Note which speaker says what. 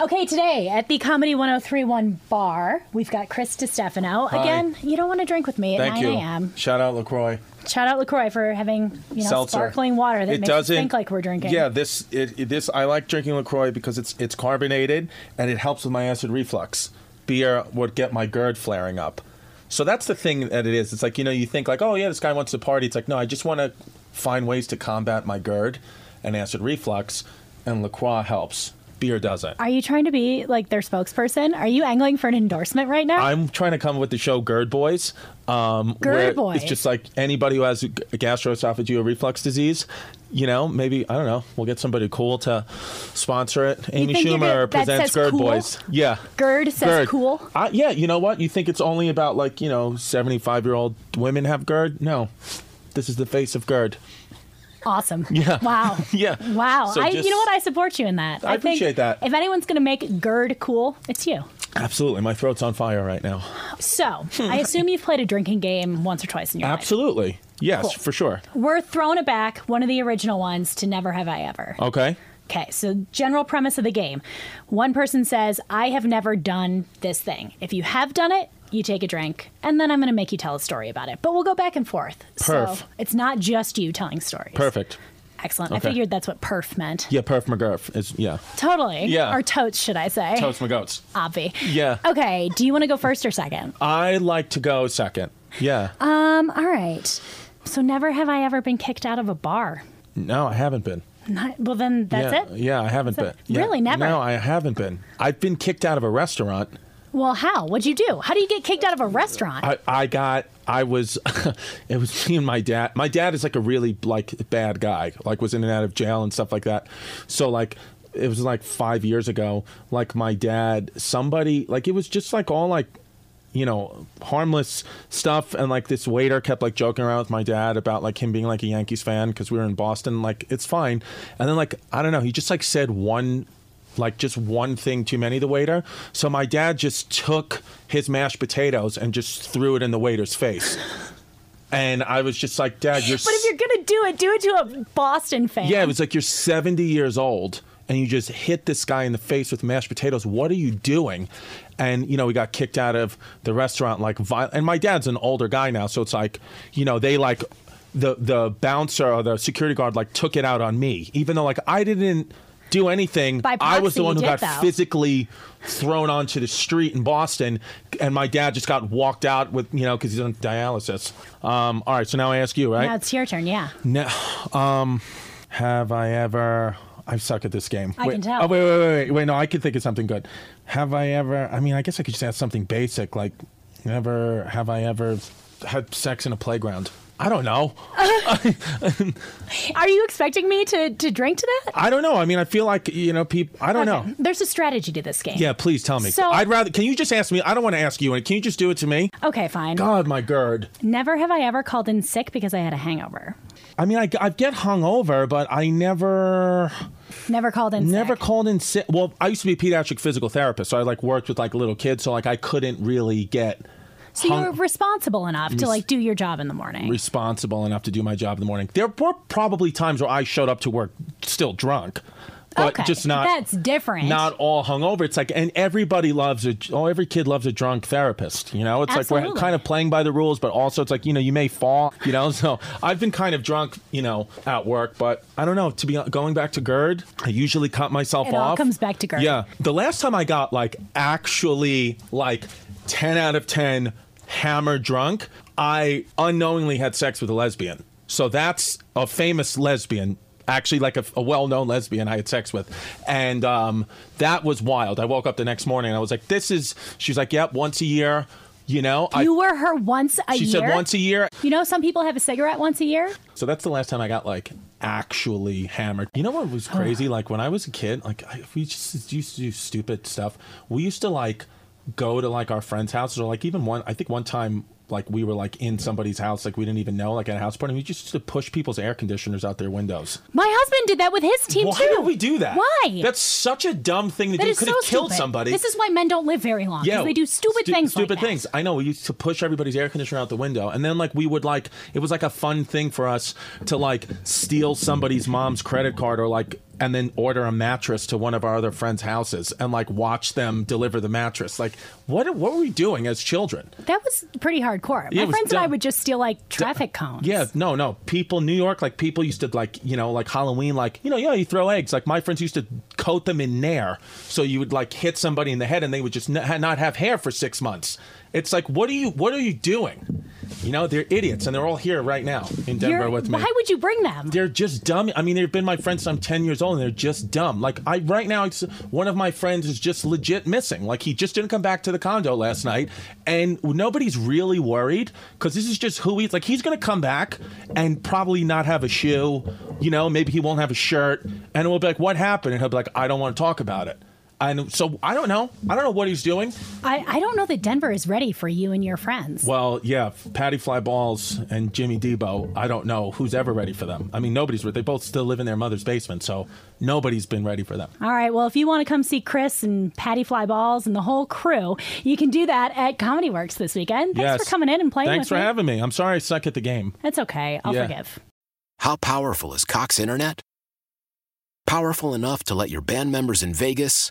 Speaker 1: Okay, today at the Comedy 1031 bar, we've got Chris DiStefano.
Speaker 2: Hi.
Speaker 1: Again, you don't want to drink with me at
Speaker 2: Thank
Speaker 1: 9
Speaker 2: you.
Speaker 1: a.m.
Speaker 2: Shout out Lacroix.
Speaker 1: Shout out LaCroix for having, you know,
Speaker 2: Seltzer.
Speaker 1: sparkling water that
Speaker 2: it
Speaker 1: makes us
Speaker 2: doesn't
Speaker 1: think like we're drinking.
Speaker 2: Yeah, this it, it- this I like drinking Lacroix because it's it's carbonated and it helps with my acid reflux. Beer would get my GERD flaring up. So that's the thing that it is. It's like you know you think like oh yeah this guy wants to party. It's like no I just want to find ways to combat my GERD and acid reflux, and Lacroix helps. Beer doesn't.
Speaker 1: Are you trying to be like their spokesperson? Are you angling for an endorsement right now?
Speaker 2: I'm trying to come up with the show GERD Boys. Um,
Speaker 1: GERD
Speaker 2: where
Speaker 1: Boys.
Speaker 2: It's just like anybody who has a gastroesophageal reflux disease. You know, maybe I don't know. We'll get somebody cool to sponsor it. Amy
Speaker 1: think you're gonna-
Speaker 2: Schumer
Speaker 1: that
Speaker 2: presents
Speaker 1: says
Speaker 2: GERD
Speaker 1: cool?
Speaker 2: Boys. Yeah,
Speaker 1: GERD says
Speaker 2: GERD.
Speaker 1: cool.
Speaker 2: Uh, yeah, you know what? You think it's only about like you know seventy-five-year-old women have GERD? No, this is the face of GERD.
Speaker 1: Awesome. Yeah. Wow.
Speaker 2: Yeah.
Speaker 1: Wow.
Speaker 2: So
Speaker 1: I,
Speaker 2: just-
Speaker 1: you know what? I support you in that.
Speaker 2: I
Speaker 1: think
Speaker 2: appreciate that.
Speaker 1: If anyone's going to make GERD cool, it's you.
Speaker 2: Absolutely, my throat's on fire right now.
Speaker 1: So
Speaker 2: Hmm.
Speaker 1: I assume you've played a drinking game once or twice in your life.
Speaker 2: Absolutely, yes,
Speaker 1: Cool.
Speaker 2: for sure.
Speaker 1: We're throwing it back, one of the original ones, to Never Have I Ever.
Speaker 2: Okay.
Speaker 1: Okay, so general premise of the game. One person says, I have never done this thing. If you have done it, you take a drink, and then I'm going to make you tell a story about it. But we'll go back and forth.
Speaker 2: Perf.
Speaker 1: So it's not just you telling stories.
Speaker 2: Perfect.
Speaker 1: Excellent. I
Speaker 2: Okay.
Speaker 1: figured that's what perf meant.
Speaker 2: Yeah, Perf McGurf is yeah.
Speaker 1: Totally.
Speaker 2: Yeah.
Speaker 1: Or totes, should I say.
Speaker 2: Toast McGoats.
Speaker 1: Obvi.
Speaker 2: Yeah.
Speaker 1: Okay, do you want to go first or second?
Speaker 2: I like to go second. Yeah.
Speaker 1: Um, all right. So never have I ever been kicked out of a bar.
Speaker 2: no, I haven't been.
Speaker 1: Not, well, then that's
Speaker 2: yeah,
Speaker 1: it.
Speaker 2: Yeah, I haven't
Speaker 1: That's it.
Speaker 2: been. Yeah.
Speaker 1: Really? Never?
Speaker 2: No, I haven't been. I've been kicked out of a restaurant.
Speaker 1: Well, how? What'd you do? How do you get kicked out of a restaurant?
Speaker 2: I, I got. I was. it was me and my dad. My dad is like a really like bad guy. Like was in and out of jail and stuff like that. So like. It was like five years ago. Like my dad, somebody like it was just like all like you know, harmless stuff. And like this waiter kept like joking around with my dad about like him being like a Yankees fan because we were in Boston. Like it's fine. And then like I don't know, he just like said one, like just one thing too many. The waiter. So my dad just took his mashed potatoes and just threw it in the waiter's face. And I was just like, Dad, you're.
Speaker 1: But if you're gonna do it, do it to a Boston fan.
Speaker 2: Yeah, it was like you're 70 years old and you just hit this guy in the face with mashed potatoes. What are you doing? And you know, we got kicked out of the restaurant like vi- and my dad's an older guy now, so it's like, you know, they like the the bouncer or the security guard like took it out on me, even though like I didn't do anything.
Speaker 1: By
Speaker 2: I was
Speaker 1: proxy,
Speaker 2: the one
Speaker 1: you
Speaker 2: who
Speaker 1: did,
Speaker 2: got
Speaker 1: though.
Speaker 2: physically thrown onto the street in Boston, and my dad just got walked out with you know because he's on dialysis. Um, all right, so now I ask you, right?
Speaker 1: Now it's your turn. Yeah.
Speaker 2: No. Um, have I ever? I suck at this game.
Speaker 1: I
Speaker 2: Wait-
Speaker 1: can tell.
Speaker 2: Oh wait, wait, wait, wait, wait. No, I can think of something good. Have I ever? I mean, I guess I could just ask something basic, like, never have I ever had sex in a playground? I don't know.
Speaker 1: Are you expecting me to to drink to that?
Speaker 2: I don't know. I mean, I feel like you know, people. I don't know.
Speaker 1: There's a strategy to this game.
Speaker 2: Oh, Yeah, please tell me.
Speaker 1: So-
Speaker 2: I'd rather. Can you just ask me? I don't want to ask you. and Can you just do it to me?
Speaker 1: Okay, fine.
Speaker 2: God, my gird.
Speaker 1: Never have I ever called in sick because I had a hangover.
Speaker 2: I mean, I, I get hungover, but I never.
Speaker 1: Never called in
Speaker 2: Never
Speaker 1: sick.
Speaker 2: called in sick. Well, I used to be a pediatric physical therapist, so I like worked with like little kids, so like I couldn't really get
Speaker 1: so you were responsible enough to like do your job in the morning.
Speaker 2: responsible enough to do my job in the morning. There were probably times where I showed up to work still drunk, but
Speaker 1: okay.
Speaker 2: just not
Speaker 1: That's different.
Speaker 2: not all hungover. It's like, and everybody loves a, oh, every kid loves a drunk therapist. You know, it's like we're
Speaker 1: Absolutely.
Speaker 2: kind of playing by the rules, but also it's like, you know, you may fall, you know? So I've been kind of drunk, you know, at work, but I don't know. To be going back to GERD, I usually cut myself
Speaker 1: It all
Speaker 2: off.
Speaker 1: comes back to GERD.
Speaker 2: Yeah. The last time I got like actually like 10 out of 10 hammer drunk, I unknowingly had sex with a lesbian. So that's a famous lesbian, actually like a, a well-known lesbian I had sex with. And um, that was wild. I woke up the next morning and I was like, this is, she's like, yep, once a year, you know.
Speaker 1: you
Speaker 2: I,
Speaker 1: were her once a
Speaker 2: she
Speaker 1: year.
Speaker 2: said once a year.
Speaker 1: You know, some people have a cigarette once a year.
Speaker 2: So that's the last time I got like actually hammered. You know what was crazy? Like when I was a kid, like I, we just used to do stupid stuff. We used to like go to like our friends' houses or like even one. I think one time like we were like in somebody's house like we didn't even know like at a house party. We just used to push people's air conditioners out their windows.
Speaker 1: My husband did that with his team
Speaker 2: Why
Speaker 1: too.
Speaker 2: did we do that?
Speaker 1: Why?
Speaker 2: That's such a dumb thing to
Speaker 1: That
Speaker 2: do.
Speaker 1: is
Speaker 2: Could
Speaker 1: so
Speaker 2: have killed
Speaker 1: stupid.
Speaker 2: somebody.
Speaker 1: This is why men don't live very long. because they do stupid
Speaker 2: stu-
Speaker 1: things. like
Speaker 2: Stupid
Speaker 1: that.
Speaker 2: things. I know. We used to push everybody's air conditioner out the window, and then like we would like it was like a fun thing for us to like steal somebody's mom's credit card or like and then order a mattress to one of our other friends' houses and like watch them deliver the mattress. Like, what what were we doing as children?
Speaker 1: That was pretty hardcore.
Speaker 2: Yeah,
Speaker 1: My
Speaker 2: it was
Speaker 1: friends and I
Speaker 2: dumb.
Speaker 1: would just steal like traffic cones.
Speaker 2: Yeah, no, no. People, New York, like people used to like, you know, like Halloween, like, you know, yeah, you throw eggs. Like my friends used to coat them in nair. So you would like hit somebody in the head and they would just n- ha- not have hair for six months. It's like, what are you, what are you doing? You know, they're idiots and they're all here right now in Denver
Speaker 1: You're-
Speaker 2: with me.
Speaker 1: Why would you bring them?
Speaker 2: they're just dumb. I mean, they've been my friends since I'm 10 years old, and they're just dumb. Like, I right now, it's, one of my friends is just legit missing. Like, he just didn't come back to the condo last night, and nobody's really worried because this is just who he is. Like, he's going to come back and probably not have a shoe, you know, maybe he won't have a shirt, and we'll be like, What happened? And he'll be like, I don't want to talk about it. And so I don't know. I don't know what he's doing.
Speaker 1: I, I don't know that Denver is ready for you and your friends.
Speaker 2: Well, yeah, Patty Fly Balls and Jimmy Debo. I don't know who's ever ready for them. I mean, nobody's. They both still live in their mother's basement, so nobody's been ready for them.
Speaker 1: All right. Well, if you want to come see Chris and Patty Flyballs and the whole crew, you can do that at Comedy Works this weekend. Thanks
Speaker 2: yes,
Speaker 1: for coming in and playing
Speaker 2: Thanks
Speaker 1: with
Speaker 2: for
Speaker 1: me.
Speaker 2: having me. I'm sorry I suck at the game.
Speaker 1: That's okay. I'll
Speaker 2: Yeah.
Speaker 1: forgive.
Speaker 3: How powerful is Cox Internet? Powerful enough to let your band members in Vegas,